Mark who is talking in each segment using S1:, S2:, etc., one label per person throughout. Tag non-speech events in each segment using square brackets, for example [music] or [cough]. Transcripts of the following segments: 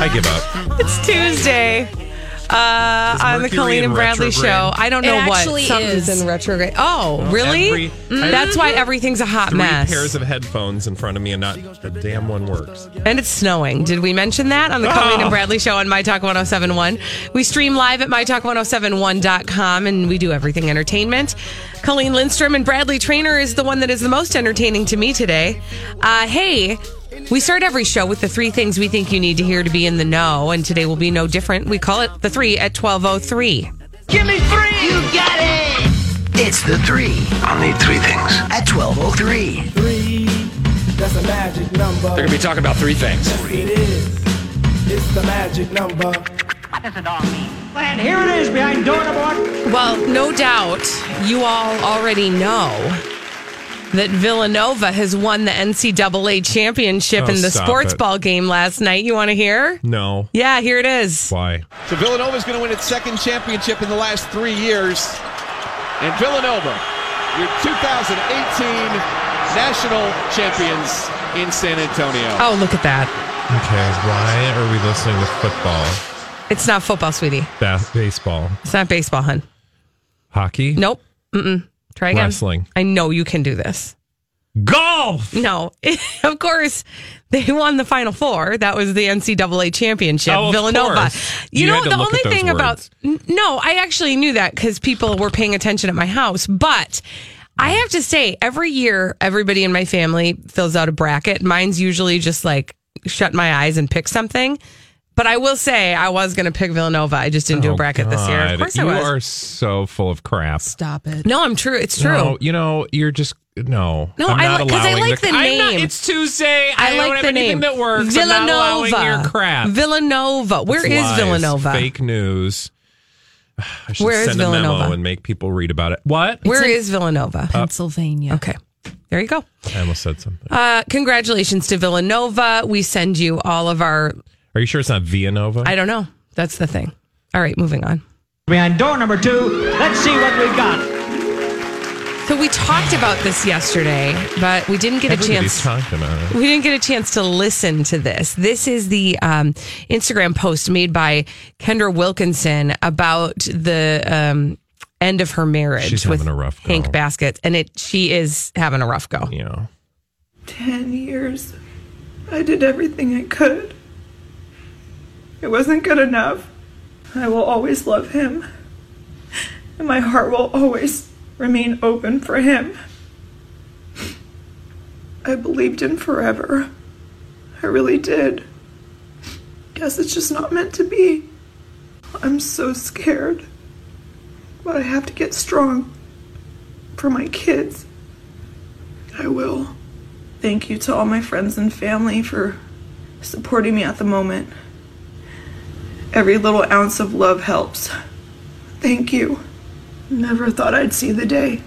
S1: I give up.
S2: It's Tuesday uh, on the
S1: Mercury
S2: Colleen
S1: in
S2: and Bradley
S1: retrograde?
S2: show. I don't
S3: It
S2: know what
S3: actually
S2: something's
S3: is.
S2: in retrograde. Oh, really?
S1: every-
S2: Mm, That's why everything's a hot
S1: Three
S2: mess.
S1: pairs of headphones in front of me, and not the damn one works.
S2: and it's snowing. Did we mention that
S1: Ah.
S2: on the Colleen and Bradley show on My Talk 1071? We stream live at mytalk1071.com and we do everything entertainment. Colleen Lindstrom and Bradley Trainer is the one that is the most entertaining to me today. Uh, hey, we start every show with the three things we think you need to hear to be in the know, and today will be no different. We call it the three at 1203.
S4: Give me three! You got it! It's the three. I'll need three things. At 12.03.
S5: Three, that's a magic number.
S6: They're going to be talking about three things.
S5: It is. It's the magic number.
S4: And here it is behind door number one.
S2: Well, no doubt you all already know that Villanova has won the NCAA championship
S1: Oh,
S2: in the
S1: stop
S2: sports
S1: it.
S2: ball game last night. You want to hear?
S1: No.
S2: Yeah, here it is.
S1: Why?
S7: So Villanova's going to win its second championship in the last three years. And Villanova, your 2018 national champions in San Antonio.
S2: Oh, look at that.
S1: Okay. Why are we listening to football,
S2: It's not football, sweetie.
S1: bas- baseball,
S2: It's not baseball, hun.
S1: hockey,
S2: Nope. Mm-mm. Try again.
S1: Wrestling.
S2: I know you can do this.
S1: golf?
S2: No, [laughs] of course, they won the Final Four. That was the NCAA championship.
S1: Oh, of
S2: Villanova.
S1: course. You
S2: You, know,
S1: had to
S2: the
S1: look
S2: only
S1: at those
S2: thing about
S1: words.
S2: n- no, I actually knew that because people were paying attention at my house. But I have to say, every year, everybody in my family fills out a bracket. Mine's usually just like shut my eyes and pick something. But I will say, I was going to pick Villanova. I just didn't do a
S1: Oh,
S2: bracket this year. Of
S1: God,
S2: course,
S1: you
S2: I was.
S1: are so full of crap.
S3: Stop it.
S2: no, I'm true. It's true.
S1: No, you know you're just no.
S2: No,
S1: I'm
S2: I
S1: not
S2: li- 'cause I
S1: allowing
S2: like the
S1: I'm not-
S2: name.
S1: it's Tuesday. I,
S2: I,
S1: don't
S2: like
S1: have
S2: the
S1: anything
S2: name.
S1: that works. I'm not allowing your crap.
S2: Villanova. Where
S1: It's
S2: is
S1: lies,
S2: Villanova?
S1: Fake news. [sighs] I should
S2: Where is
S1: send a memo
S2: Villanova?
S1: and make people read about it. What?
S2: Where is Villanova? Uh,
S3: Pennsylvania.
S2: okay. There you go.
S1: I almost said something.
S2: Uh, congratulations to Villanova. We send you all of our,
S1: Are you sure it's not Villanova?
S2: I don't know. That's the thing. All right, moving on.
S4: Behind door number two. Let's see what we've got.
S2: So we talked about this yesterday, but we didn't get a
S1: Everybody's
S2: chance.
S1: talking about it.
S2: we didn't get a chance to listen to this. This is the um, Instagram post made by Kendra Wilkinson about the um, end of her marriage
S1: She's
S2: with
S1: having a rough go.
S2: Hank Basket, and it she is having a rough go.
S1: You know.
S8: 10 years, I did everything I could. It wasn't good enough. I will always love him. And my heart will always remain open for him. I believed in forever. I really did. Guess it's just not meant to be. I'm so scared. But I have to get strong. For my kids. I will. Thank you to all my friends and family for supporting me at the moment. Every little ounce of love helps. Thank you. Never thought I'd see the day.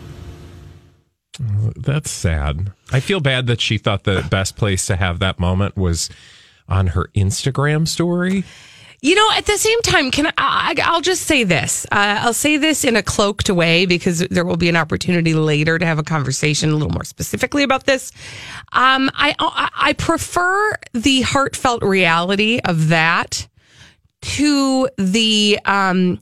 S1: That's sad. I feel bad that she thought the best place to have that moment was on her Instagram story.
S2: You know, at the same time, can I, I? I'll just say this. Uh, I'll say this in a cloaked way because there will be an opportunity later to have a conversation a little more specifically about this. Um, I I I prefer the heartfelt reality of that to the um,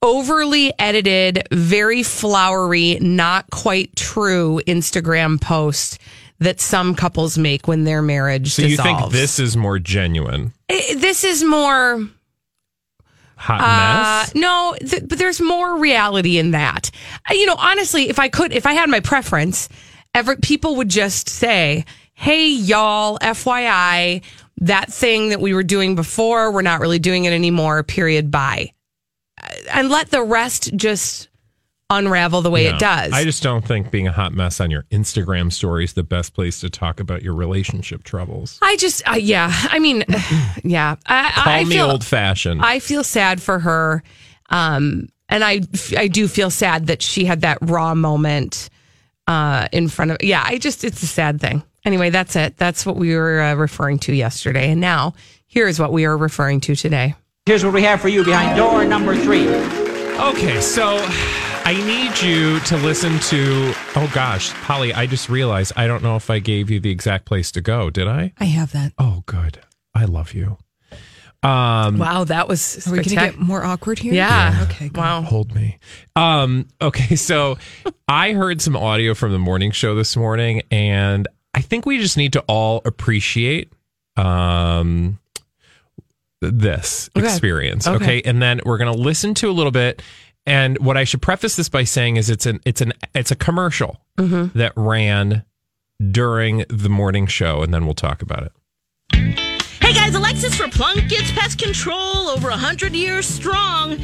S2: overly edited, very flowery, not quite true Instagram post that some couples make when their marriage
S1: So you
S2: dissolves.
S1: think this is more genuine?
S2: Eh, this is more.
S1: Hot
S2: Uh,
S1: mess?
S2: no, th- but there's more reality in that. Uh, You know, honestly, if I could, if I had my preference, every people would just say, "Hey, y'all, FYI, that thing that we were doing before, we're not really doing it anymore, period, bye. Uh, And let the rest just unravel the way
S1: Yeah.
S2: it does.
S1: I just don't think being a hot mess on your Instagram story is the best place to talk about your relationship troubles.
S2: I just, uh, yeah. I mean, [sighs] yeah. I,
S1: Call
S2: I
S1: me
S2: feel,
S1: old fashioned.
S2: I feel sad for her. Um, and I, I do feel sad that she had that raw moment uh, in front of. Yeah, I just, it's a sad thing. Anyway, that's it. That's what we were uh, referring to yesterday. And now here is what we are referring to today.
S9: Here's what we have for you behind door number three.
S1: okay, so I need you to listen to. Oh gosh, Polly, I just realized I don't know if I gave you the exact place to go. Did I?
S2: I have that.
S1: Oh, good. I love you.
S2: Wow, that was. Are we going to get more awkward here? Um, Yeah. Okay. Wow.
S1: Hold me. Um, okay, [laughs] so I heard some audio from the morning show this morning, and I think we just need to all appreciate um, this
S2: Okay.
S1: experience. Okay.
S2: Okay.
S1: and then we're gonna listen to a little bit. And what I should preface this by saying is it's an it's an it's a commercial that ran during the morning show, and then we'll talk about it.
S10: Hey guys, Alexis for Plunkett's Pest Control, over 100 years strong.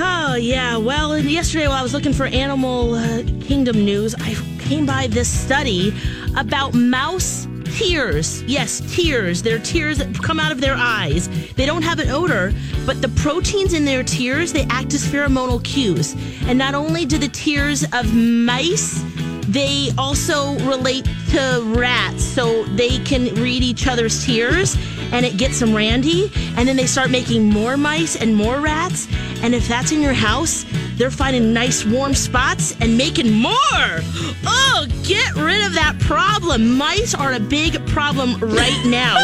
S10: Oh, yeah, well, and yesterday while I was looking for Animal uh, Kingdom news, I came by this study about mouse tears. Yes, tears. They're tears that come out of their eyes. They don't have an odor, but the proteins in their tears, they act as pheromonal cues. And not only do the tears of mice they also relate to rats, so they can read each other's tears, and it gets them randy. And then they start making more mice and more rats. And if that's in your house, they're finding nice warm spots and making more. Oh, get rid of that problem. Mice are a big problem right now.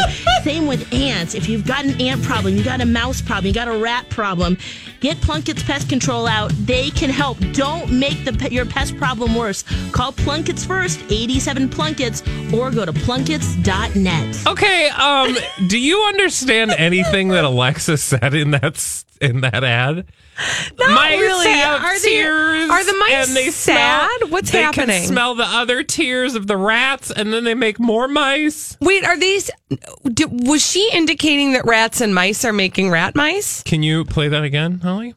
S10: Same with ants. If you've got an ant problem, you got a mouse problem, you got a rat problem, get Plunkett's Pest Control out. They can help. Don't make the pe- your pest problem worse. Call Plunkett's first, 87 Plunkett's, or go to plunketts.net.
S1: Okay, um, do you understand anything that Alexa said in that s- in that ad? Not
S2: really. Are they- are the mice sad? What's
S1: they
S2: happening?
S1: Can smell the other tears of the rats, and then they make more mice.
S2: Wait, are these. d was she indicating that rats and mice are making rat mice?
S1: Can you play that again, Holly?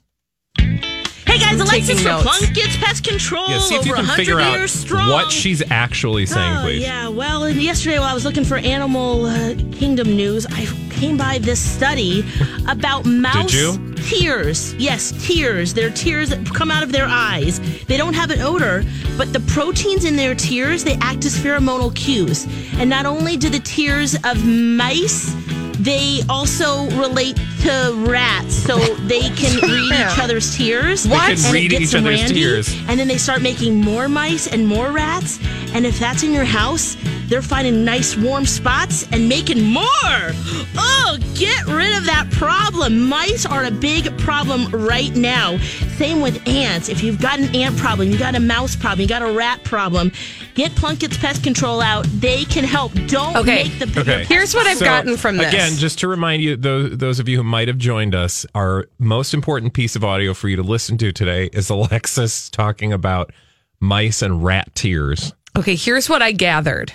S10: Hey guys, Alexis
S2: taking
S10: for
S2: notes.
S10: Plunkett's Pest Control,
S1: Yeah, see if
S10: over
S1: you can
S10: 100
S1: figure out
S10: years strong.
S1: what she's actually saying,
S10: oh,
S1: please.
S10: Yeah, well, and yesterday while I was looking for Animal uh, Kingdom news, I came by this
S1: [laughs]
S10: study about mouse
S1: you?
S10: tears. Yes, tears. They're tears that come out of their eyes. They don't have an odor, but the proteins in their tears, they act as pheromonal cues. And not only do the tears of mice they also relate to rats, so they can read each other's tears.
S1: They can
S10: And it
S1: read
S10: gets
S1: each
S10: them
S1: other's
S10: randy
S1: tears.
S10: and then they start making more mice and more rats. And if that's in your house, they're finding nice warm spots and making more. Oh, get rid of that problem. Mice are a big problem right now. Same with ants. If you've got an ant problem, you got a mouse problem, you got a rat problem, get Plunkett's Pest Control out. They can help. Don't
S2: Okay.
S10: make the
S1: Okay.
S2: Here's what I've
S1: So,
S2: gotten from this.
S1: Again, just to remind you, those, those of you who might have joined us, our most important piece of audio for you to listen to today is Alexis talking about mice and rat tears.
S2: Okay, here's what I gathered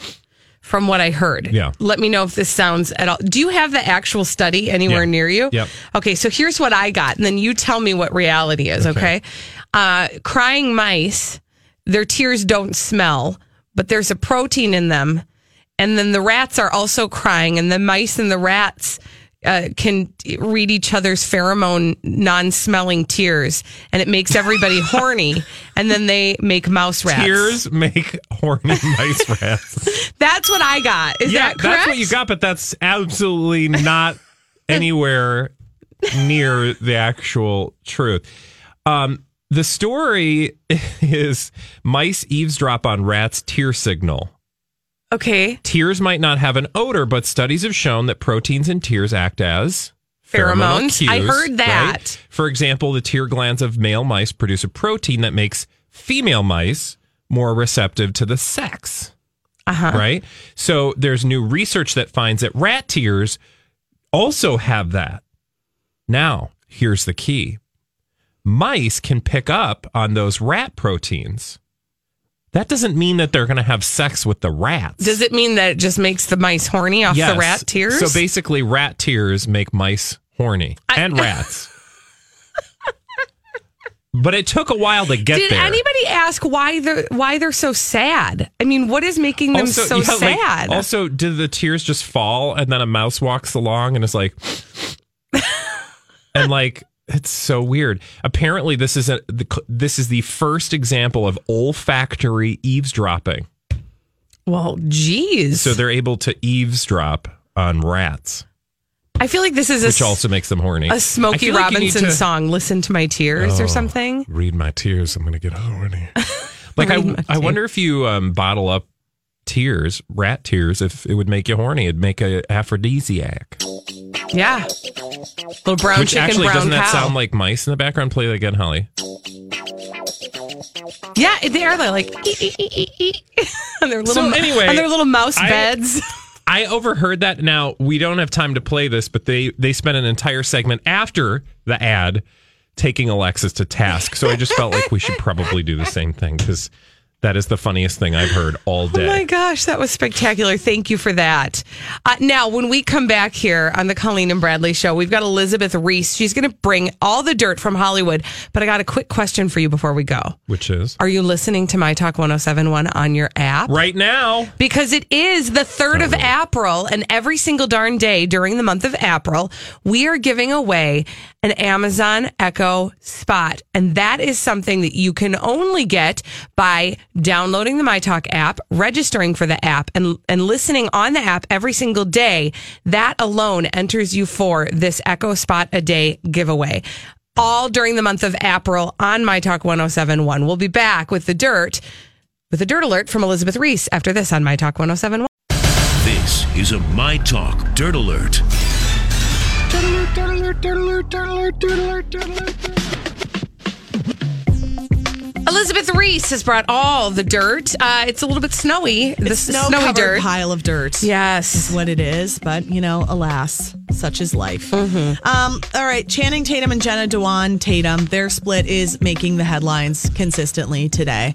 S2: from what I heard.
S1: Yeah.
S2: Let me know if this sounds at all. Do you have the actual study anywhere
S1: Yeah.
S2: near you?
S1: Yep.
S2: Okay, so here's what I got, and then you tell me what reality is, okay? Uh, crying mice, their tears don't smell, but there's a protein in them. And then the rats are also crying, and the mice and the rats uh, can t- read each other's pheromone non smelling tears, and it
S1: [laughs]
S2: makes everybody horny. And then they make mouse rats.
S1: Tears make horny mice rats.
S2: That's what I got. Is
S1: yeah,
S2: that correct?
S1: that's what you got, but that's absolutely
S2: [laughs]
S1: not anywhere near the actual truth. Um, the story [laughs] is mice eavesdrop on rats' tear signal.
S2: Okay.
S1: Tears might not have an odor, but studies have shown that proteins in tears act as pheromonal
S2: Pheromones. I heard that.
S1: For example, the tear glands of male mice produce a protein that makes female mice more receptive to the sex. Uh-huh. Right? So there's new research that finds that rat tears also have that. Now, here's the key mice can pick up on those rat proteins That doesn't mean that they're going to have sex with the rats.
S2: Does it mean that it just makes the mice horny off
S1: Yes.
S2: the rat tears?
S1: So basically, rat tears make mice horny
S2: [laughs]
S1: and rats. but it took a while to get
S2: Did
S1: there.
S2: anybody ask why they're why they're so sad? I mean, what is making them so
S1: yeah, like,
S2: sad?
S1: also, did the tears just fall and then a mouse walks along and is like, and like, it's so weird. Apparently, this is a the, this is the first example of olfactory eavesdropping.
S2: well, geez.
S1: So they're able to eavesdrop on rats,
S2: I feel like this is a,
S1: which
S2: s-
S1: also makes them horny.
S2: a Smokey
S1: I feel like you need
S2: Robinson
S1: to-
S2: song. Listen to my tears
S1: Oh,
S2: or something.
S1: Read my tears. I'm going to get horny. like I,
S2: [laughs] Read my
S1: I wonder if you um, bottle up tears, rat tears, if it would make you horny. It'd make a aphrodisiac.
S2: Yeah, little brown
S1: Which
S2: chicken,
S1: actually
S2: brown
S1: doesn't
S2: cow.
S1: that sound like mice in the background? Play that again, Holly.
S2: yeah, they are. They're like "Ee, ee, ee, ee, ee," [laughs] on their little
S1: So
S2: mo-
S1: anyway,
S2: on their little mouse
S1: I-
S2: beds.
S1: I overheard that. Now we don't have time to play this, but they they spent an entire segment after the ad taking Alexis to task. So I just felt like we should probably do the same thing because that is the funniest thing I've heard all
S2: [laughs] Oh
S1: day.
S2: my gosh, that was spectacular. Thank you for that. Uh, now, when we come back here on the Colleen and Bradley show, we've got Elizabeth Reese. She's going to bring all the dirt from Hollywood, but I got a quick question for you before we go.
S1: Which is
S2: Are you listening to My Talk 1071 on your app?
S1: right now.
S2: Because it is the 3rd of April, and every single darn day during the month of April, we are giving away an Amazon Echo Spot. And that is something that you can only get by downloading the MyTalk app, registering for the app, and, and listening on the app every single day. That alone enters you for this Echo Spot a Day giveaway all during the month of April on My Talk 1071. We'll be back with the dirt, with a dirt alert from Elizabeth Reese after this on My Talk 1071.
S4: This is a My Talk Dirt Alert.
S2: Elizabeth Reese has brought all the dirt. Uh, it's a little bit snowy. The
S10: It's snow
S2: snowy
S10: covered
S2: dirt.
S10: pile of dirt.
S2: Yes,
S10: is what it is. But you know, alas, such is life. Um, all right, Channing Tatum and Jenna Dewan Tatum. Their split is making the headlines consistently today.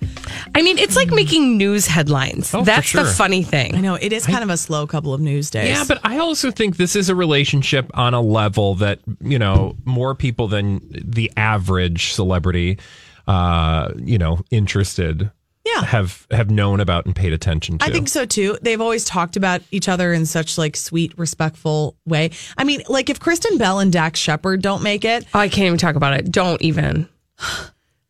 S2: I mean, it's like making news headlines.
S1: Oh, for
S2: That's the
S1: sure.
S2: funny thing. I
S10: know it is kind of a slow couple of news days.
S1: Yeah, but I also think this is a relationship on a level that you know more people than the average celebrity, uh, you know, interested.
S10: Yeah.
S1: have have known about and paid attention to.
S10: I think so too. They've always talked about each other in such like sweet, respectful way. I mean, like if Kristen Bell and Dax Shepard don't make it,
S2: Oh, I can't even talk about it. Don't even.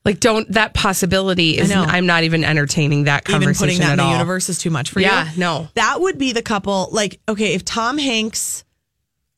S2: Like, don't. That possibility is.
S10: know.
S2: I'm not even entertaining that
S10: even
S2: conversation
S10: putting that
S2: at
S10: in the
S2: all.
S10: universe is too much for
S2: Yeah,
S10: you.
S2: no.
S10: That would be the couple. Like, okay, if Tom Hanks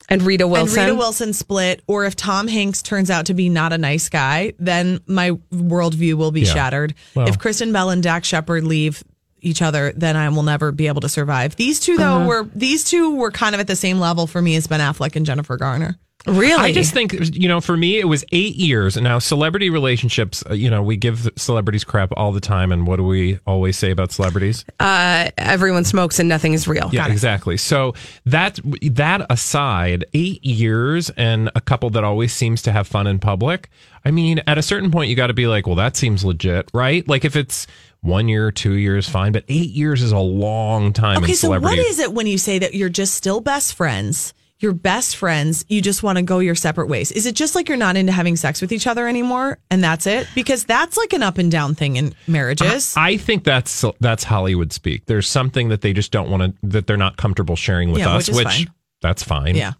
S2: And Rita Wilson.
S10: and Rita Wilson split, or if Tom Hanks turns out to be not a nice guy, then my worldview will be
S11: Yeah.
S10: shattered.
S11: Well-
S10: If Kristen Bell and Dak Shepard leave each other, then I will never be able to survive. These two, though,
S1: Uh-huh.
S10: were these two were kind of at the same level for me as Ben Affleck and Jennifer Garner.
S2: Really?
S1: I just think, you know, for me, it was eight years. And now, celebrity relationships, uh, you know, we give celebrities crap all the time. And what do we always say about celebrities?
S2: uh, everyone smokes and nothing is real.
S1: Yeah, exactly. So that that aside, eight years and a couple that always seems to have fun in public. I mean, at a certain point, you got to be like, well, that seems legit, right? Like if it's one year, two years, fine, but eight years is a long time.
S10: Okay,
S1: in
S10: so what
S1: celebrity.
S10: is it when you say that you're just still best friends? You're best friends. You just want to go your separate ways. Is it just like you're not into having sex with each other anymore, and that's it? Because that's like an up and down thing in marriages.
S1: I, I think that's that's Hollywood speak. There's something that they just don't want to that they're not comfortable sharing with
S2: Yeah,
S1: us,
S2: which is
S1: which
S2: fine.
S1: that's fine.
S10: Yeah.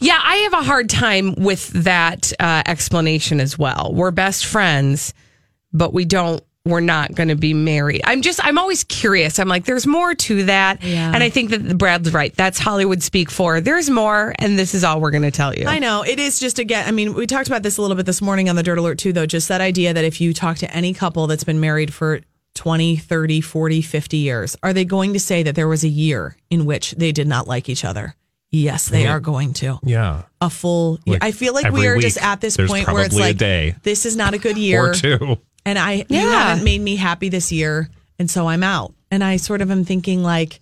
S2: Yeah, I have a hard time with that uh, explanation as well. We're best friends, but we don't. We're not going to be married. I'm just. I'm always curious. I'm like, there's more to that,
S10: Yeah.
S2: and I think that Brad's right. That's Hollywood speak for. There's more, and this is all we're going to tell you.
S10: I know. It is just again, I mean, we talked about this a little bit this morning on the Dirt Alert too though, just that idea that if you talk to any couple that's been married for 20, 30, 40, 50 years, are they going to say that there was a year in which they did not like each other? Yes, they
S1: Yeah.
S10: are going to.
S1: Yeah.
S10: A full year.
S1: Like,
S10: I feel like
S1: every
S10: we are just
S1: week,
S10: at this
S1: there's
S10: point where it's
S1: probably a
S10: like
S1: day.
S10: this is not a good year.
S1: Or two.
S10: And I you
S2: Yeah.
S10: haven't made me happy this year, and so I'm out. And I sort of am thinking like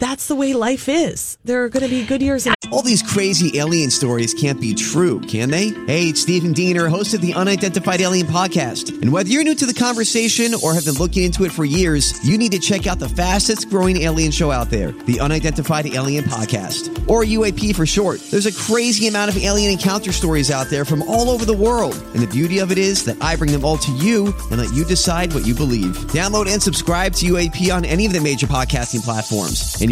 S10: that's the way life is. There are going to be good years. And-
S12: All these crazy alien stories can't be true, can they? Hey, it's Stephen Diener, host of the Unidentified Alien Podcast. And whether you're new to the conversation or have been looking into it for years, you need to check out the fastest growing alien show out there, the Unidentified Alien Podcast, or UAP for short. There's a crazy amount of alien encounter stories out there from all over the world. And the beauty of it is that I bring them all to you and let you decide what you believe. Download and subscribe to UAP on any of the major podcasting platforms. And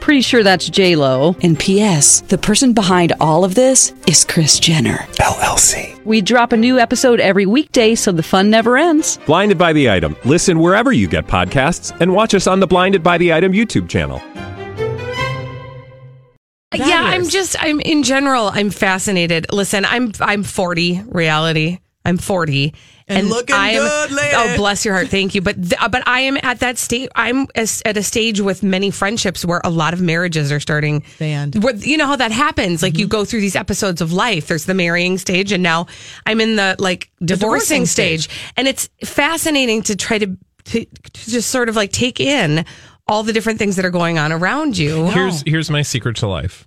S9: Pretty sure that's J Lo. And P.S. The person behind all of this is Chris Jenner
S1: LLC.
S9: We drop a new episode every weekday, so the fun never ends.
S1: Blinded by the item. Listen wherever you get podcasts, and watch us on the Blinded by the Item YouTube channel.
S2: Uh, yeah, I'm just I'm in general I'm fascinated. Listen, I'm I'm 40 reality. I'm 40
S10: And looking
S2: I am,
S10: good, lady.
S2: Oh, bless your heart. Thank you. But th- uh, but I am at that state I'm as- at a stage with many friendships where a lot of marriages are starting they end. Where, you know how that happens? Like you go through these episodes of life. There's the marrying stage and now I'm in the like divorcing,
S10: divorcing
S2: stage. And it's fascinating to try to, to to just sort of like take in all the different things that are going on around you.
S1: Here's here's my secret to life.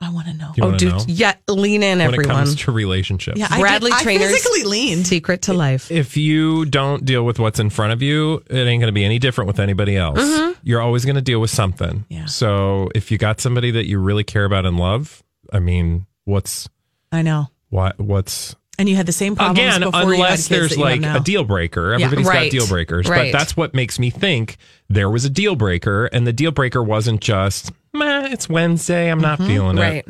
S10: I want to know.
S1: Do you
S2: oh,
S1: wanna
S2: dude,
S1: know?
S2: yeah, lean in,
S1: when
S2: everyone.
S1: it comes to relationships.
S2: Yeah, Bradley
S10: I
S2: Trainer's
S10: physically leaned.
S2: Secret to life.
S1: If you don't deal with what's in front of you, it ain't going to be any different with anybody else.
S2: Mhm.
S1: You're always going to deal with something.
S10: Mm-hmm. Yeah.
S1: So if you got somebody that you really care about and love, I mean, what's
S10: I know.
S1: what what's
S10: And you had the same problems
S1: again
S10: before you had
S1: unless
S10: kids that
S1: there's
S10: you have
S1: like
S10: now.
S1: a deal breaker.
S10: Yeah.
S1: Everybody's
S10: Right.
S1: got deal breakers,
S10: Right.
S1: but that's what makes me think there was a deal breaker, and the deal breaker wasn't just Meh, it's Wednesday. I'm
S10: Mm-hmm.
S1: not feeling it.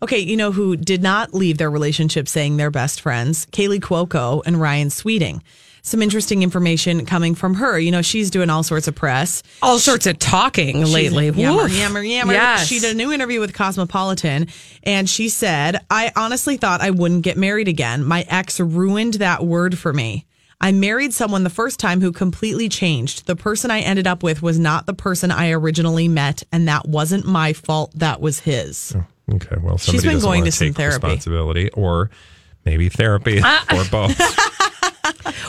S10: Okay, you know who did not leave their relationship saying they're best friends? Kaylee Cuoco and Ryan Sweeting. Some interesting information coming from her. You know, she's doing all sorts of press.
S2: All sorts of talking
S10: She's-
S2: lately.
S10: Yammer,
S2: Woof.
S10: yammer, yammer.
S2: Yes.
S10: She did a new interview with Cosmopolitan and she said, I honestly thought I wouldn't get married again. My ex ruined that word for me. I married someone the first time who completely changed. The person I ended up with was not the person I originally met, and that wasn't my fault. That was his.
S1: Okay, well, somebody
S10: She's been
S1: doesn't
S10: going
S1: wanna
S10: to some
S1: take
S10: therapy. Ah.
S1: responsibility, or maybe
S10: [laughs]
S1: therapy, or both.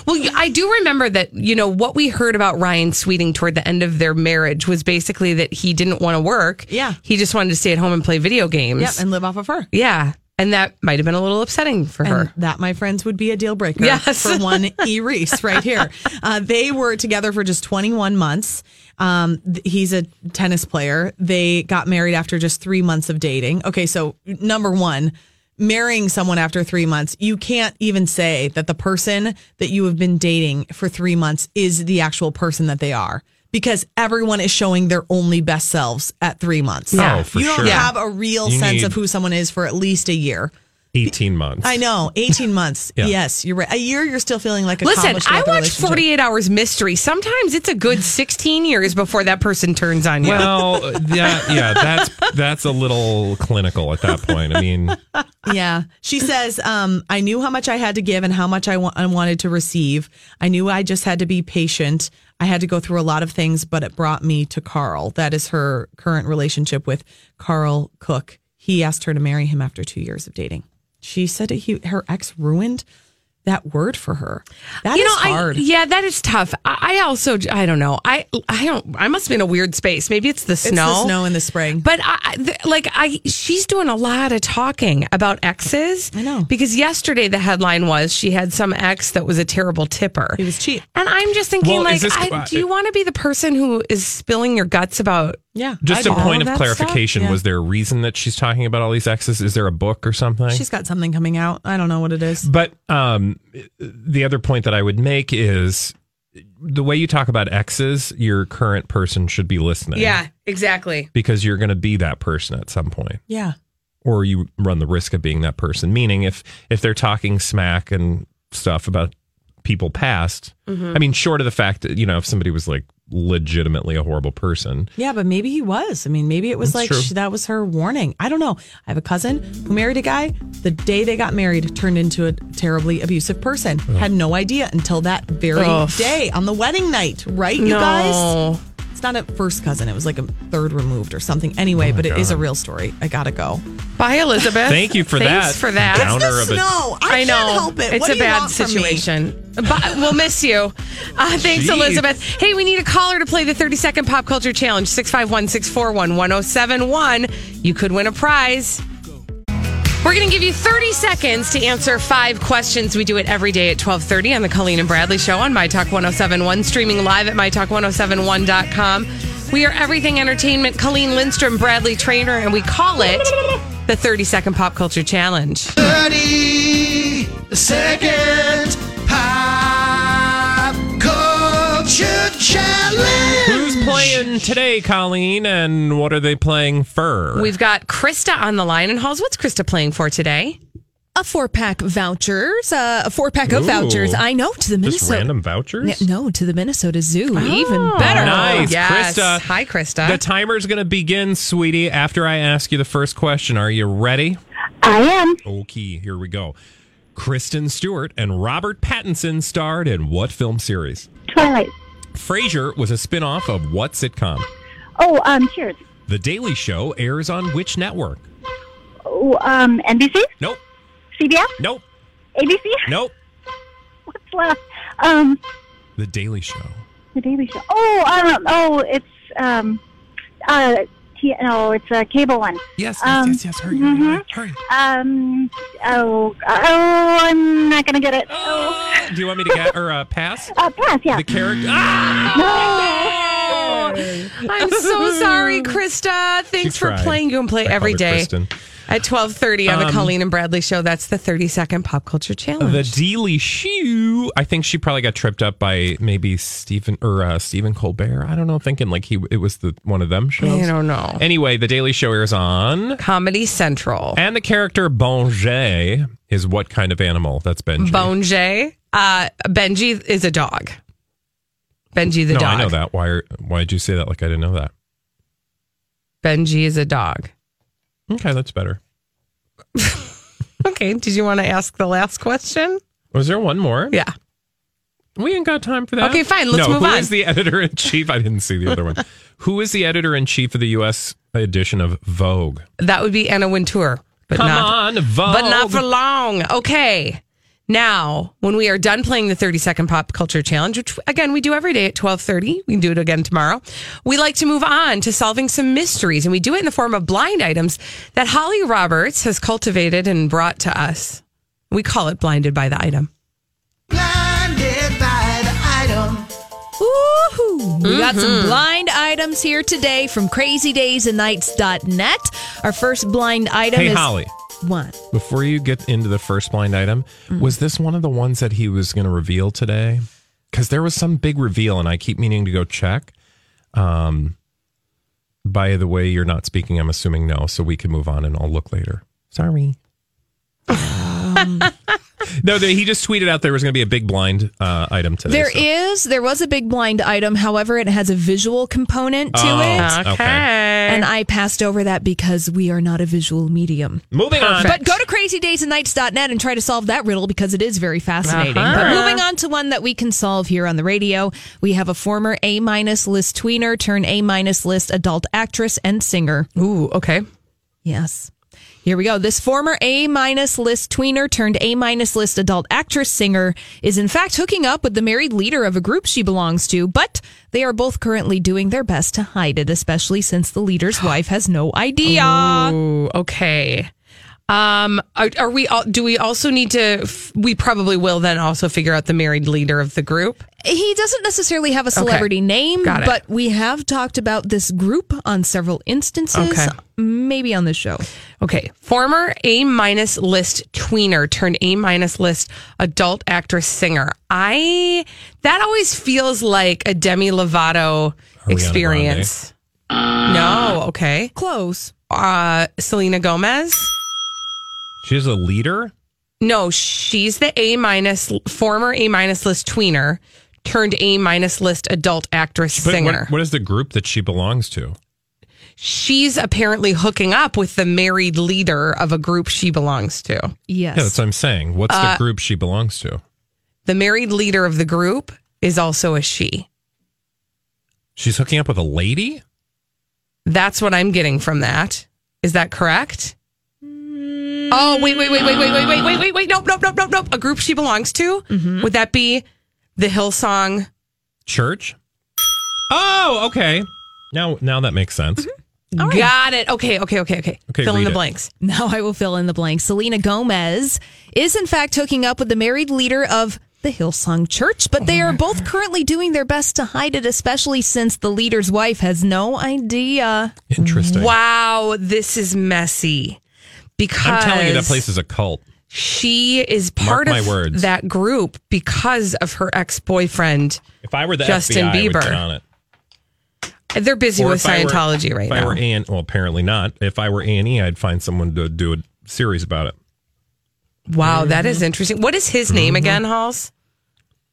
S2: Well, you- I do remember that, you know, what we heard about Ryan Sweeting toward the end of their marriage was basically that he didn't want to work.
S10: Yeah.
S2: He just wanted to stay at home and play video games.
S10: Yep, and live off of her.
S2: yeah. And that might have been a little upsetting for
S10: And
S2: her.
S10: that, my friends, would be a deal breaker
S2: Yes. [laughs]
S10: for [laughs] one E. Reese right here. Uh, they were together for just 21 months. Um, th- he's a tennis player. They got married after just three months of dating. Okay, so number one, marrying someone after three months, you can't even say that the person that you have been dating for three months is the actual person that they are. Because everyone is showing their only best selves at three months.
S1: Yeah. Oh, for
S10: you don't
S1: sure.
S10: have a real
S1: You
S10: sense
S1: need-
S10: of who someone is for at least a year.
S1: 18 months.
S10: I know,
S1: [laughs]
S10: eighteen months.
S1: Yeah.
S10: Yes, you're right. A year, you're still feeling like a.
S2: Listen, I watch 48 Hours Mystery. Sometimes it's a good 16 years before that person turns on you.
S1: [laughs] Well, yeah, yeah, that's that's a little clinical at that point. I mean,
S10: Yeah, she says, um, "I knew how much I had to give and how much I, wa- I wanted to receive. I knew I just had to be patient. I had to go through a lot of things, but it brought me to Carl. That is her current relationship with Carl Cook. He asked her to marry him after two years of dating. She said that he, her ex ruined that word for her. That is
S2: you know,
S10: hard.
S2: I, yeah, that is tough. I, I also, I don't know. I, I don't. I must be in a weird space. Maybe it's the
S10: It's the
S2: snow.
S10: snow in the spring.
S2: But I, I- th- like, I, she's doing a lot of talking about exes. I know because yesterday the headline was she had some ex that was a terrible tipper. He
S10: was cheap,
S2: and I'm just thinking,
S1: Well,
S2: like,
S1: is this-
S2: I, do you want to be the person who is spilling your guts about?
S10: Yeah,
S1: just a
S2: all
S1: point of
S2: that
S1: clarification:
S2: stuff?
S1: was there a reason that she's talking about all these exes? Is there a book or something?
S10: She's got something coming out. I don't know what it is.
S1: But um, the other point that I would make is the way you talk about exes, your current person should be listening.
S2: Yeah, exactly.
S1: because you're going to be that person at some point.
S10: Yeah.
S1: or you run the risk of being that person. Meaning, if if they're talking smack and stuff about people past,
S10: Mhm.
S1: I mean, short of the fact that you know, if somebody was like legitimately a horrible person.
S13: Yeah, but maybe he was. I mean, maybe it was
S1: That's
S13: like
S1: true.
S13: sh that was her warning. I don't know. I have a cousin who married a guy. The day they got married, turned into a terribly abusive person.
S1: Oh.
S13: Had no idea until that very
S2: Ugh.
S13: day on the wedding night, right, you
S2: No.
S13: guys? It's not a first cousin. It was like a third removed or something.
S1: Oh
S13: Anyway, but it is a real story. I gotta go.
S2: Bye, Elizabeth.
S1: Thank you for that
S2: Thanks for that.
S1: It's the downer of a-
S13: snow. I can't help it.
S2: It's
S13: What
S2: a
S13: do you
S2: bad
S13: want from me?
S2: situation. But we'll miss you. Uh, thanks,
S13: Jeez.
S2: Elizabeth. Hey, we need a caller to play the 30 second pop culture challenge 651 641 1071. You could win a prize. We're going to give you 30 seconds to answer five questions. We do it every day at 12:30 on the Colleen and Bradley show on My Talk 1071, streaming live at mytalk1071.com. We are Everything Entertainment, Colleen Lindstrom, Bradley Trainer, and we call it the 30 second pop culture challenge.
S4: 30 second pop culture challenge.
S1: Who's playing today, Colleen? And what are they playing for?
S2: We've got Krista on the line in Halls. What's Krista playing for today?
S10: A four pack vouchers, uh, a four pack of
S1: Ooh.
S10: vouchers. I know to the
S1: Just
S10: Minnesota.
S1: random vouchers?
S10: Yeah, no, to the Minnesota Zoo.
S2: Ah.
S10: Even better.
S1: Oh, Nice, Krista.
S2: Hi, Krista.
S1: The timer's going to begin, sweetie, after I ask you the first question. Are you ready?
S14: I am.
S1: Okay, here we go. Kristen Stewart and Robert Pattinson starred in what film series?
S14: Twilight.
S1: Frasier was a spin off of what sitcom?
S14: Oh, um, cheers.
S1: The Daily Show airs on which network?
S14: Oh, um, NBC?
S1: Nope.
S14: CBS?
S1: Nope.
S14: ABC?
S1: Nope.
S14: [laughs] What's left? Um,
S1: The Daily Show.
S14: The Daily Show. Oh, um, oh, it's, um, uh, T- no, it's a cable one.
S1: Yes,
S14: um, mm-hmm. yes, yes, Hurry, hurry, Um, oh, oh, I'm not going to get it. Oh.
S1: Do you want me to get or uh, pass?
S14: Uh, pass, yeah.
S1: The character. Ah!
S2: [laughs] I'm so
S1: [laughs]
S2: sorry, Krista. Thanks
S1: She
S2: for
S1: tried.
S2: playing. You can
S1: I
S2: play
S1: called
S2: every
S1: her
S2: day
S1: Kristen.
S2: at 12:30 on the
S1: Um,
S2: Colleen and Bradley show. That's the 30 second pop culture challenge.
S1: The Daily Shoe. I think she probably got tripped up by maybe Stephen or uh, Stephen Colbert. I don't know. Thinking like he it was the one of them shows.
S2: I don't know.
S1: Anyway, the Daily Show airs on
S2: Comedy Central.
S1: and the character Bonje is what kind of animal? That's Benji.
S2: Bonje. Uh, Benji is a dog. Benji the
S1: no,
S2: dog.
S1: I know that. Why? Why did you say that? Like I didn't know that.
S2: Benji is a dog.
S1: Okay, that's better.
S2: Okay. Did you want to ask the last question?
S1: Was there one more?
S2: Yeah.
S1: We ain't got time for that.
S2: Okay, fine. Let's
S1: no,
S2: move
S1: who
S2: on.
S1: is the editor in chief? I didn't see the
S2: [laughs]
S1: other one. who is the editor in chief of the U.S. edition of Vogue?
S2: That would be Anna Wintour. But
S1: Come
S2: not,
S1: on, Vogue.
S2: But not for long. Okay. Now, when we are done playing the 30 second pop culture challenge, which again we do every day at 12:30, we can do it again tomorrow. We like to move on to solving some mysteries and we do it in the form of blind items that Holly Roberts has cultivated and brought to us. We call it blinded by the item.
S4: Blinded by the item.
S10: Woohoo! We got some
S4: Mhm.
S10: blind items here today from crazydaysandnights.net. Our first blind item
S1: Hey,
S10: is
S1: Holly.
S10: What?
S1: Before you get into the first blind item, was this one of the ones that he was going to reveal today? Because there was some big reveal, and I keep meaning to go check. Um, by the way, you're not speaking. I'm assuming no, so we can move on, and I'll look later. Sorry. [laughs] no, they, he just tweeted out there was going to be a big blind uh, item today.
S10: There is,
S1: so-
S10: there was a big blind item, however, it has a visual component to
S1: Oh,
S10: it.
S1: okay. Okay.
S10: And I passed over that because we are not a visual medium.
S1: Moving on.
S10: But go to crazydaysandnights.net and try to solve that riddle because it is very fascinating.
S1: Uh-huh.
S10: But moving on to one that we can solve here on the radio, we have a former A minus list tweener turn A minus list adult actress and singer.
S2: Ooh, okay.
S10: Yes. Here we go. This former A minus list tweener turned A minus list adult actress singer is in fact hooking up with the married leader of a group she belongs to, but they are both currently doing their best to hide it, especially since the leader's wife has no idea.
S2: Ooh, okay. Um, are, are we all, do we also need to, f- we probably will then also figure out the married leader of the group.
S10: He doesn't necessarily have a
S2: Okay.
S10: celebrity name,
S2: Got it.
S10: but we have talked about this group on several instances,
S2: Okay.
S10: maybe on the show.
S2: Okay. Former A minus list tweener turned A minus list adult actress singer. I, that always feels like a Demi Lovato
S1: Ariana
S2: experience. No. Okay.
S10: Close.
S2: Uh, Selena Gomez.
S1: She's a leader.
S2: No, she's the A minus former A minus list tweener turned A minus list adult actress
S1: But
S2: singer.
S1: What, what is the group that she belongs to?
S2: She's apparently hooking up with the married leader of a group she belongs to.
S1: Yeah, that's what I'm saying. What's
S2: Uh,
S1: the group she belongs to?
S2: The married leader of the group is also a she.
S1: She's hooking up with a lady?
S2: That's what I'm getting from that. Is that correct? Oh, wait, wait, wait, wait, wait, wait, wait, wait, wait, wait. Nope, nope, nope, nope, nope. A group she belongs to? Would that be the Hillsong?
S1: Church? Oh, okay. Now now that makes sense.
S2: Mm-hmm. Got it. Okay, okay, okay, okay.
S1: Okay,
S2: Fill in
S1: read
S2: the
S1: it.
S2: blanks.
S10: Now I will fill in the blank. Selena Gomez is in fact hooking up with the married leader of the Hillsong Church, but
S2: Oh,
S10: they are both currently doing their best to hide it, especially since the leader's wife has no idea.
S1: Interesting.
S2: Wow, this is messy. Because
S1: I'm telling you that place is a cult.
S2: she is
S1: Mark
S2: part
S1: my
S2: of
S1: words.
S2: that group because of her ex boyfriend.
S1: If I were the
S2: Justin
S1: FBI, I would
S2: Bieber.
S1: get on it.
S2: They're busy
S1: Or
S2: with
S1: if I were-
S2: Scientology right
S1: if I
S2: now.
S1: were A and well, apparently not. If I were A and E, I'd find someone to do a series about it.
S2: wow, that is
S1: Mm-hmm.
S2: interesting. What is his name again, Halls?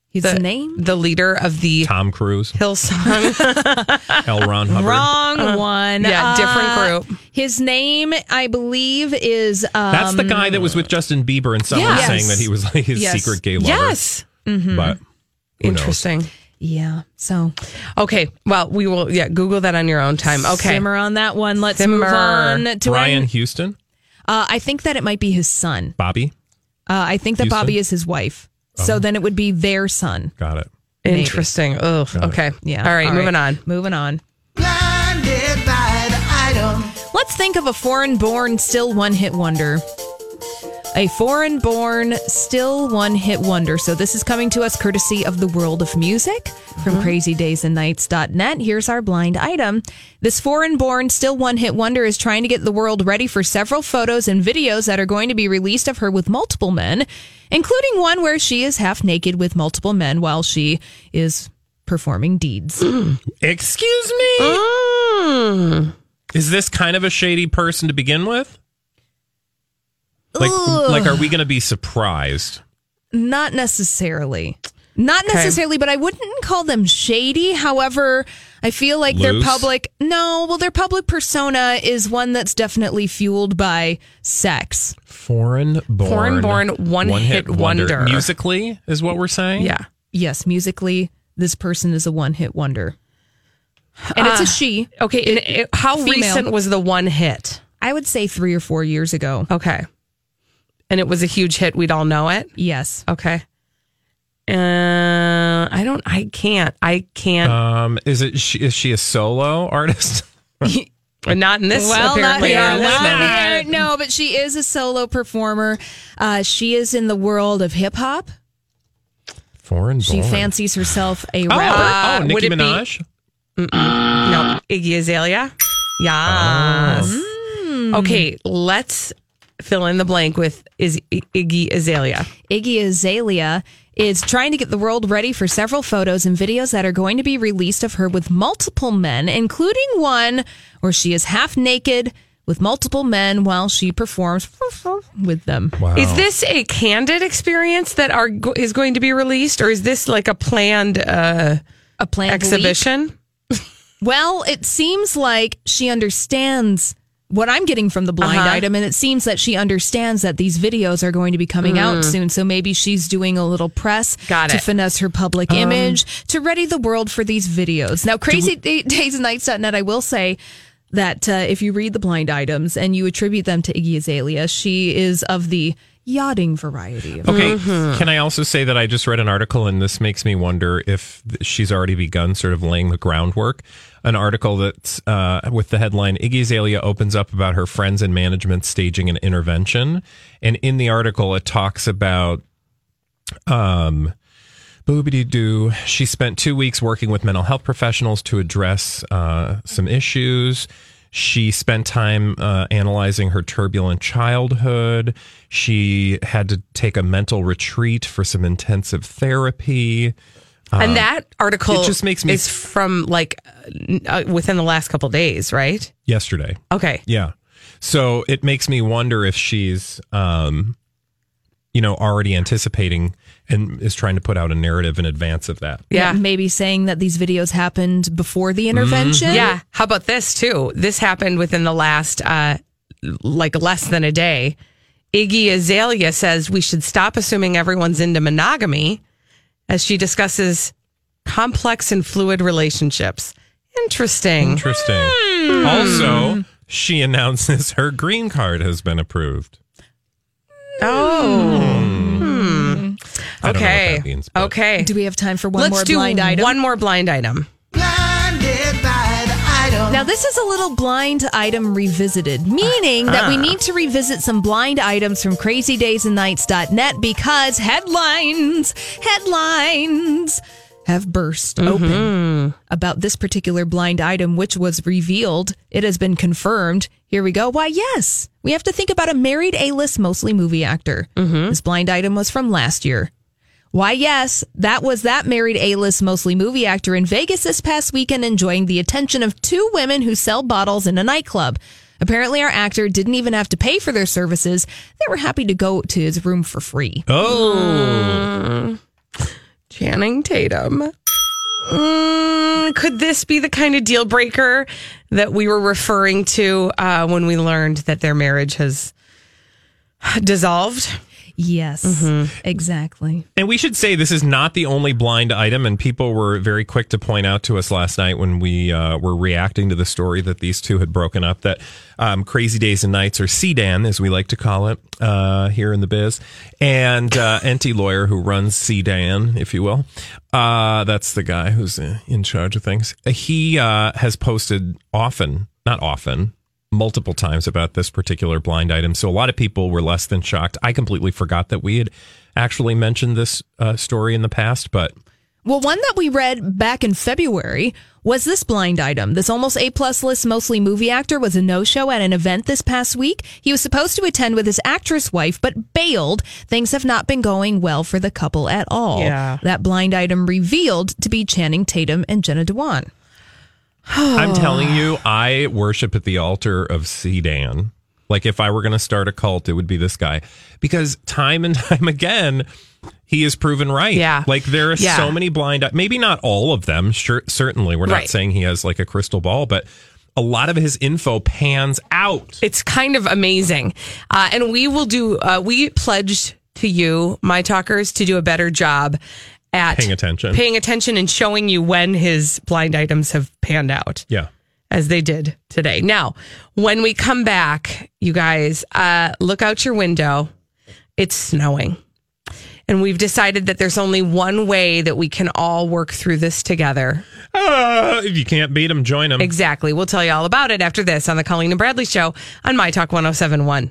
S10: His
S2: the,
S10: name?
S2: The leader of the
S1: Tom
S2: [laughs]
S1: Cruise,
S2: Hillsong.
S1: L. Ron Hubbard.
S10: Wrong one.
S2: Uh-huh. Yeah, different
S10: Uh,
S2: group.
S10: His name, I believe, is. Um,
S1: That's the guy that was with Justin Bieber, and someone
S10: Yes.
S1: saying that he was like his
S10: Yes.
S1: secret gay lover.
S2: Yes. Mm-hmm.
S10: Mhm.
S1: but who knows?
S2: Interesting.
S10: Yeah. So
S2: Okay. Well, we will. Yeah, Google that on your own time. Okay.
S10: simmer on that one. Let's move
S2: Simmer.
S10: on to
S1: Brian
S10: our-
S1: Houston,
S10: Uh, I think that it might be his son.
S1: Bobby,
S10: Uh, I think that
S1: Houston? Oh.
S10: Bobby is his wife. So then it would be their son.
S1: got it.
S10: Maybe.
S2: Interesting. Oh, okay.
S10: Yeah.
S2: All right. moving on.
S10: Moving on.
S4: Blinded by the item.
S10: Let's think of a foreign born, still one hit wonder. A foreign born, still one hit wonder. So this is coming to us courtesy of the world of music from crazydaysandnights.net. Here's our blind item. This foreign born, still one hit wonder is trying to get the world ready for several photos and videos that are going to be released of her with multiple men, including one where she is half naked with multiple men while she is performing deeds.
S1: Excuse me.
S2: Mm.
S1: Is this kind of a shady person to begin with? Like,
S10: Ugh.
S1: like, are we going to be surprised?
S10: Not necessarily. Not necessarily, but I wouldn't call them shady. However, I feel like their
S1: Loose?
S10: public no, well their public persona is one that's definitely fueled by sex.
S1: Foreign born,
S2: Foreign-born one-hit wonder.
S1: musically is what we're saying.
S2: Yeah.
S10: Yes, musically, this person is a one-hit wonder. And it's a
S2: Ah,
S10: she.
S2: Okay. and it- how
S10: Female.
S2: recent was the one hit?
S10: I would say 3 or 4 years ago.
S2: Okay. And it was a huge hit. We'd all know it.
S10: Yes.
S2: Okay. Uh, I don't. I can't. I can't.
S1: Um, is it? She, is she a solo artist? [laughs] Uh,
S2: But not in this.
S10: Well, not
S2: apparently.
S10: here.
S2: Our listener.
S10: Not here. No, but she is a solo performer. Uh, she is in the world of hip hop.
S1: Foreign born.
S10: She fancies herself a
S1: Oh,
S10: rapper.
S1: oh,
S2: would
S1: Nicki
S2: it be-
S1: Minaj.
S2: No, Iggy Azalea. Yes.
S1: Oh, Mm-hmm.
S2: Okay, let's fill in the blank with is Iggy Azalea.
S10: Iggy Azalea is trying to get the world ready for several photos and videos that are going to be released of her with multiple men, including one where she is half naked with multiple men while she performs [laughs] with them.
S1: Wow.
S2: Is this a candid experience that are go- is going to be released, or is this like a planned uh,
S10: A planned leak.
S2: exhibition?
S10: Well, it seems like she understands what I'm getting from the blind
S2: Uh-huh.
S10: item, and it seems that she understands that these videos are going to be coming out soon. So maybe she's doing a little press
S2: Mm-hmm. Got
S10: to
S2: it. Um,
S10: finesse her public image to ready the world for these videos. Now, crazy days and nights.net, I will say that uh, if you read the blind items and you attribute them to Iggy Azalea, she is of the yachting variety.
S1: Okay. Can I also say that I just read an article, and this makes me wonder if th- she's already begun sort of laying the groundwork. An article that's uh, with the headline Iggy Azalea opens up about her friends and management staging an intervention. And in the article, it talks about um, boobity doo. She spent two weeks working with mental health professionals to address uh, some issues. She spent time uh, analyzing her turbulent childhood. She had to take a mental retreat for some intensive therapy.
S2: and that article
S1: Uh, it just makes me-
S2: is from like uh, within the last couple days, right?
S1: Yesterday,
S2: Okay.
S1: yeah. So it makes me wonder if she's, um, you know, already anticipating and is trying to put out a narrative in advance of that.
S10: Yeah. Maybe saying that these videos happened before the intervention.
S2: Mm-hmm. Yeah. How about this too? This happened within the last uh like less than a day. Iggy Azalea says we should stop assuming everyone's into monogamy as she discusses complex and fluid relationships. Interesting.
S1: Interesting.
S2: Hmm.
S1: Also, she announces her green card has been approved.
S2: Oh.
S1: I don't know what
S2: Okay.
S1: that means, but-
S2: okay.
S10: Do we have time for one
S2: Let's
S10: more
S2: do
S10: blind item?
S2: One more blind item.
S10: Now, this is a little blind item revisited, meaning that we
S2: Ah.
S10: need to revisit some blind items from crazydaysandnights.net because headlines, headlines have burst open about this particular blind item, which was revealed. It has been confirmed. Here we go. Why, yes, we have to think about a married A list, mostly movie actor. This blind item was from last year. Why, yes, that was that married A list, mostly movie actor in Vegas this past weekend, enjoying the attention of two women who sell bottles in a nightclub. Apparently, our actor didn't even have to pay for their services. They were happy to go to his room for free.
S1: Oh.
S2: Channing Tatum. Mm, could this be the kind of deal breaker that we were referring to uh, when we learned that their marriage has dissolved?
S10: Yes, exactly.
S1: And we should say this is not the only blind item, and people were very quick to point out to us last night when we uh, were reacting to the story that these two had broken up. That um, Crazy Days and Nights, or CDAN, as we like to call it uh, here in the biz, and uh, NT Lawyer, who runs CDAN, if you will, uh, that's the guy who's uh, in charge of things. He uh, has posted often, not often, multiple times about this particular blind item. So a lot of people were less than shocked. I completely forgot that we had actually mentioned this uh, story in the past, but
S10: Well, one that we read back in February was this blind item. This almost A plus list, mostly movie actor, was a no show at an event this past week. He was supposed to attend with his actress wife, but bailed. Things have not been going well for the couple at all.
S2: Yeah.
S10: That blind item revealed to be Channing Tatum and Jenna Dewan.
S1: I'm telling you, I worship at the altar of Sedan. Like if I were going to start a cult, it would be this guy because time and [laughs] time again, he is proven right.
S2: Yeah.
S1: Like there are
S2: Yeah.
S1: so many blind, maybe not all of them. Sure. Certainly we're not
S2: Right.
S1: saying he has like a crystal ball, but a lot of his info pans out.
S2: It's kind of amazing. Uh, and we will do, uh, we pledged to you, my talkers, to do a better job at
S1: Paying attention.
S2: paying attention and showing you when his blind items have panned out.
S1: Yeah.
S2: As they did today. Now, when we come back, you guys, uh, look out your window. It's snowing. And we've decided that there's only one way that we can all work through this together.
S1: Uh, if you can't beat him, join him.
S2: Exactly. We'll tell you all about it after this on the Colleen and Bradley Show on My Talk 1071.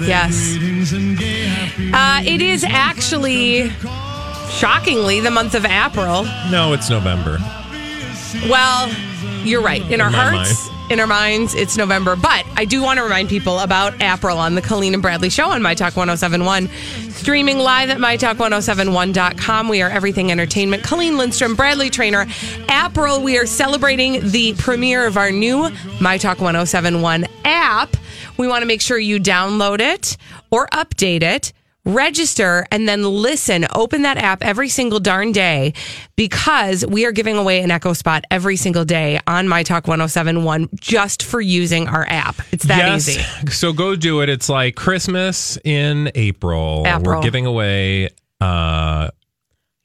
S2: Yes. Uh, it is actually, shockingly, the month of April.
S1: No, it's November.
S2: Well, you're right. In our
S1: In my
S2: hearts, in our minds, it's November. But I do want to remind people about April on the Colleen and Bradley Show on My Talk 1071. Streaming live at MyTalk1071.com. We are everything entertainment. Colleen Lindstrom, Bradley Trainer. April, we are celebrating the premiere of our new My Talk 1071 app. We want to make sure you download it or update it register and then listen open that app every single darn day because we are giving away an echo spot every single day on my talk 1071 just for using our app it's that
S1: yes.
S2: easy
S1: [laughs] So go do it. It's like Christmas in April.
S2: April.
S1: We're giving away uh,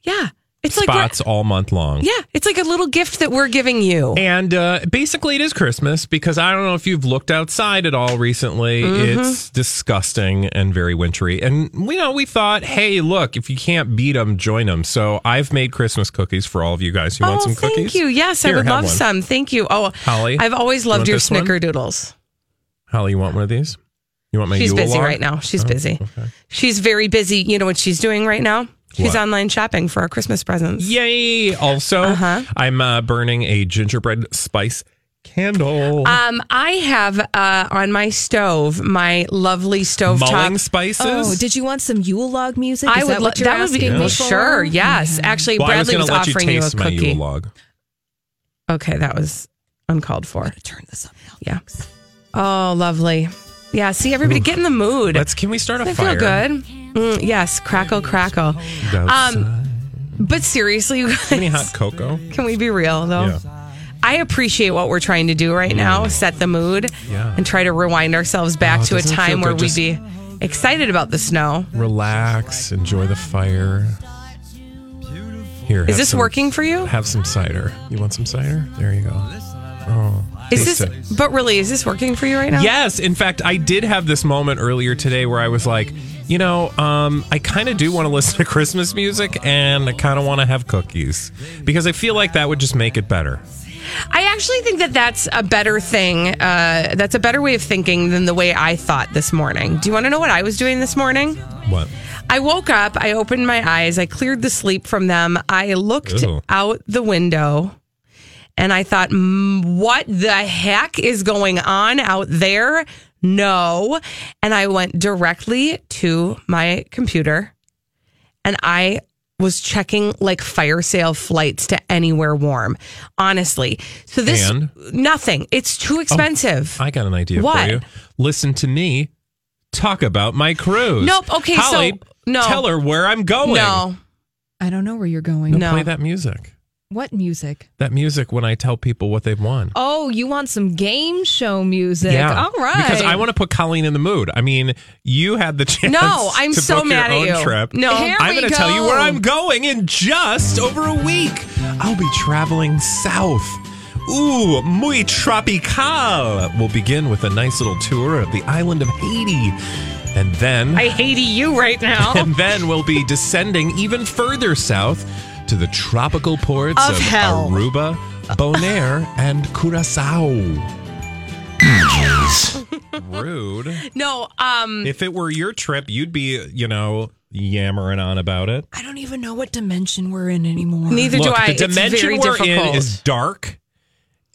S2: yeah it's like
S1: spots all month long.
S2: yeah it's like a little gift that we're giving you
S1: And uh, basically, it is Christmas because I don't know if you've looked outside at all recently.
S2: Mhm.
S1: It's disgusting and very wintry. And we know we thought, hey, look, if you can't beat them, join them. So I've made Christmas cookies for all of you guys who want some
S2: Oh, thank
S1: cookies.
S2: you yes
S1: Here,
S2: i would
S1: have
S2: love
S1: one.
S2: some thank you oh
S1: Holly,
S2: i've always
S1: you
S2: loved
S1: want
S2: your
S1: this one?
S2: snickerdoodles
S1: Holly, you want one of these? You want my
S10: She's
S1: Yule
S10: busy
S1: log?
S10: right now. She's
S1: Oh,
S10: busy.
S1: okay.
S10: She's very busy. You know what she's doing right now? She's
S1: What?
S10: online shopping for our Christmas presents.
S1: Yay! Also,
S10: Uh-huh.
S1: I'm uh, burning a gingerbread spice candle.
S10: Um, I have uh, on my stove my lovely stove
S1: Mulling spices?
S2: Oh, did you want some Yule log music? Is
S10: I would.
S2: That,
S10: lo-
S2: what you're
S10: that would be
S2: asking me for?
S10: sure. Yes, actually,
S1: well, I was
S10: Bradley
S1: going
S10: was,
S1: to let you
S10: offering
S1: taste
S10: you a
S1: my
S10: cookie.
S1: Yule log.
S10: Okay, that was uncalled for. Turn this up. Yeah. Oh, lovely. Yeah. See, everybody, get in the mood.
S1: Let's. Can we start a
S10: Doesn't
S1: fire?
S10: it feel good. Mm, yes, crackle, crackle. Um,
S1: Outside.
S10: but seriously, you guys,
S1: Any uh, hot cocoa?
S10: can we be real though? I appreciate what we're trying to do right now, set the mood,
S1: Mm. Yeah.
S10: and try to rewind ourselves back
S1: Oh,
S10: to a
S1: doesn't it feel
S10: time where
S1: good?
S10: we'd
S1: Just-
S10: be excited about the snow.
S1: Relax. Enjoy the fire. Here.
S10: Is
S1: have
S10: this
S1: some-
S10: working for you?
S1: Have some cider. You want some cider? There you go. Oh.
S10: Is
S1: taste
S10: this?
S1: it.
S10: But really, is this working for you right now?
S1: Yes. In fact, I did have this moment earlier today where I was like, you know, um, I kind of do want to listen to Christmas music and I kind of want to have cookies because I feel like that would just make it better.
S10: I actually think that that's a better thing. Uh, that's a better way of thinking than the way I thought this morning. Do you want to know what I was doing this morning?
S1: What?
S10: I woke up, I opened my eyes, I cleared the sleep from them. I looked
S1: Ew.
S10: out the window and I thought, "Mm, what the heck is going on out there? No. And I went directly to my computer and I was checking like fire sale flights to anywhere warm, honestly. So this,
S1: And?
S10: nothing. It's too expensive.
S1: Oh, I got an idea
S10: What?
S1: for you. Listen to me talk about my cruise.
S10: Nope. Okay, so-
S1: Holly,
S10: no.
S1: Tell her where I'm going.
S10: No.
S2: I don't know where you're going.
S1: No, Play that music.
S2: What music?
S1: That music when I tell people what they've won.
S2: Oh, you want some game show music? All right.
S1: Because I want to put Colleen in the mood. I mean, you had the [laughs] chance.
S2: No, I'm
S1: to
S2: so
S1: book
S2: mad at
S1: your own
S2: you.
S1: Trip.
S2: No. Here
S1: I'm
S2: we
S1: gonna tell you
S2: go.
S1: where I'm going in just over a week. I'll be traveling south. Ooh, muy tropical. We'll begin with a nice little tour of the island of Haiti, and then
S10: I hate you right now.
S1: and [laughs] then we'll be descending even further south to the tropical ports
S10: Of
S1: of,
S10: hell.
S1: Aruba,
S10: [laughs]
S1: Bonaire, and Curacao. Rude.
S10: no, um,
S1: If it were your trip, you'd be, you know, yammering on about it.
S2: I don't even know what dimension we're in anymore.
S10: Neither do
S1: Look,
S10: I.
S1: The dimension
S10: it's very
S1: we're
S10: difficult.
S1: in is dark,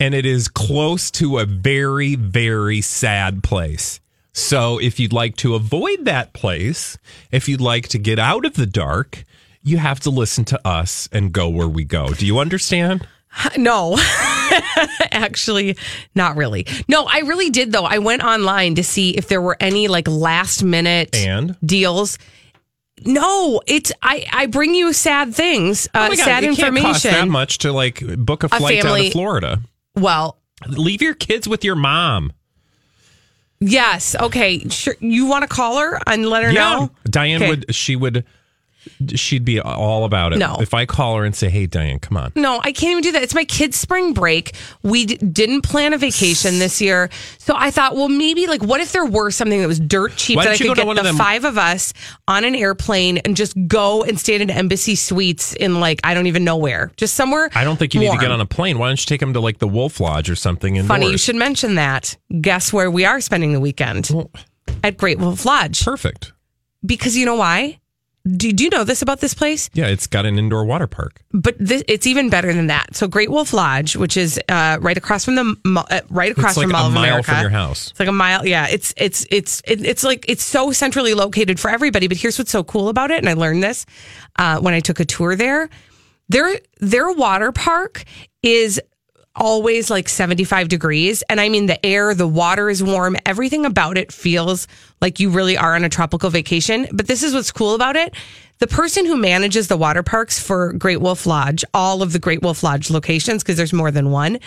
S1: and it is close to a very, very sad place. So, if you'd like to avoid that place, if you'd like to get out of the dark, you have to listen to us and go where we go. Do you understand?
S10: [laughs] No, [laughs] actually, not really. No, I really did though. I went online to see if there were any like last minute
S1: And?
S10: deals. No, it's I. I bring you sad things, uh,
S1: Oh my God,
S10: sad
S1: it can't
S10: information.
S1: Cost that much to like book a flight down
S10: family-
S1: to Florida.
S10: Well,
S1: Leave your kids with your mom.
S10: yes, okay, sure. You want to call her and let her know?
S1: Diane
S10: Okay.
S1: would. She would. She'd be all about it.
S10: No.
S1: If I call her and say, "Hey, Diane, come on."
S10: No, I can't even do that. It's my kids' spring break. We d- didn't plan a vacation this year, so I thought, well, maybe like, what if there were something that was dirt cheap
S1: Why
S10: that
S1: don't you
S10: I
S1: go to
S10: could get
S1: one of
S10: the
S1: them-
S10: five of us on an airplane and just go and stay at an Embassy Suites in like I don't even know where, just somewhere.
S1: I don't think you need
S10: warm.
S1: to get on a plane. Why don't you take them to like the Wolf Lodge or something? Indoors?
S10: Funny you should mention that. Guess where we are spending the weekend? At Great Wolf Lodge.
S1: Perfect.
S10: Because you know why? Do, do you know this about this place?
S1: Yeah, it's got an indoor water park.
S10: but this, it's even better than that. So Great Wolf Lodge, which is uh, right across from the mo- uh, right across
S1: It's like
S10: from
S1: a
S10: Mall of
S1: mile
S10: America.
S1: from your house.
S10: It's like a mile. Yeah, it's it's it's it, it's like it's so centrally located for everybody. But here's what's so cool about it, and I learned this uh, when I took a tour there. Their their water park is always like 75 degrees and i mean the air the water is warm everything about it feels like you really are on a tropical vacation but this is what's cool about it the person who manages the water parks for great wolf lodge all of the great wolf lodge locations because there's more than one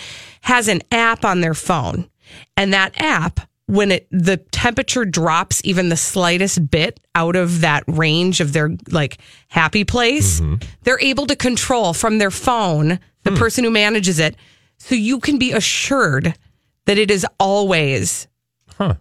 S10: has an app on their phone and that app when it the temperature drops even the slightest bit out of that range of their like happy place
S1: Mm-hmm.
S10: they're able to control from their phone the
S1: Hmm.
S10: person who manages it so you can be assured that it is always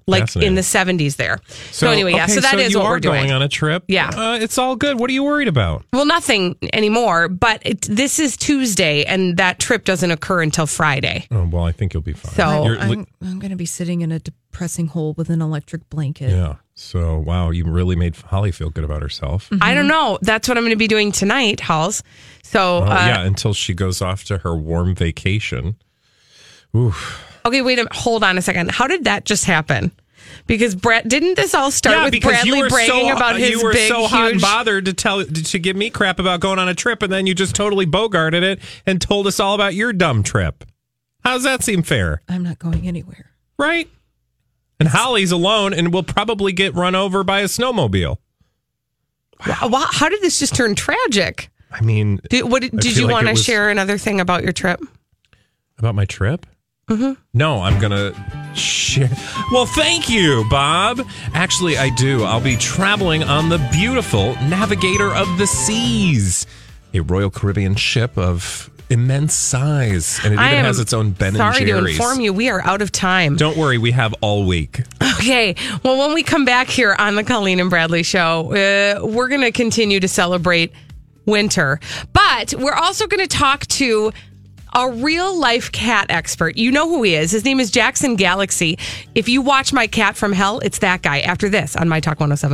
S10: like in the 70s there. So, anyway, yeah.
S1: okay,
S10: so that is
S1: you
S10: what
S1: are
S10: we're doing.
S1: going on a trip.
S10: Yeah.
S1: Uh, it's all good. What are you worried about?
S10: Well, nothing anymore, but it, this is Tuesday and that trip doesn't occur until Friday.
S1: Oh, well, I think you'll be fine.
S15: So
S1: You're-
S15: I'm, I'm going to be sitting in a depressing hole with an electric blanket.
S1: yeah. So, wow, you really made Holly feel good about herself.
S10: I don't know. That's what I'm going to be doing tonight, Halls. So,
S1: Oh,
S10: uh,
S1: yeah, until she goes off to her warm vacation. Oof.
S10: okay, wait a hold on a second. How did that just happen? Because Brett, didn't this all start with Bradley bragging about his
S1: uh, you were
S10: big,
S1: so hot and
S10: huge
S1: bothered to tell to give me crap about going on a trip, and then you just totally bogarted it and told us all about your dumb trip. How does that seem fair?
S15: I'm not going anywhere.
S1: Right. And Holly's alone, and will probably get run over by a snowmobile.
S10: Wow, wow, how did this just turn tragic?
S1: I mean,
S10: Did, what,
S1: I
S10: did
S1: feel
S10: you
S1: like
S10: want
S1: it
S10: to
S1: was-
S10: share another thing about your trip?
S1: about my trip?
S10: Mm-hmm.
S1: No, I'm gonna share. Well, thank you, Bob. Actually, I do. I'll be traveling on the beautiful Navigator of the Seas, a Royal Caribbean ship of immense size, and it
S10: I
S1: even
S10: am
S1: has its own Ben
S10: sorry
S1: and Jerry's.
S10: to inform you, we are out of time.
S1: Don't worry, we have all week.
S10: Okay. Well, when we come back here on the Colleen and Bradley show, uh, we're going to continue to celebrate winter, but we're also going to talk to a real life cat expert. You know who he is. His name is Jackson Galaxy. If you watch My Cat from Hell, it's that guy after this on My Talk 107.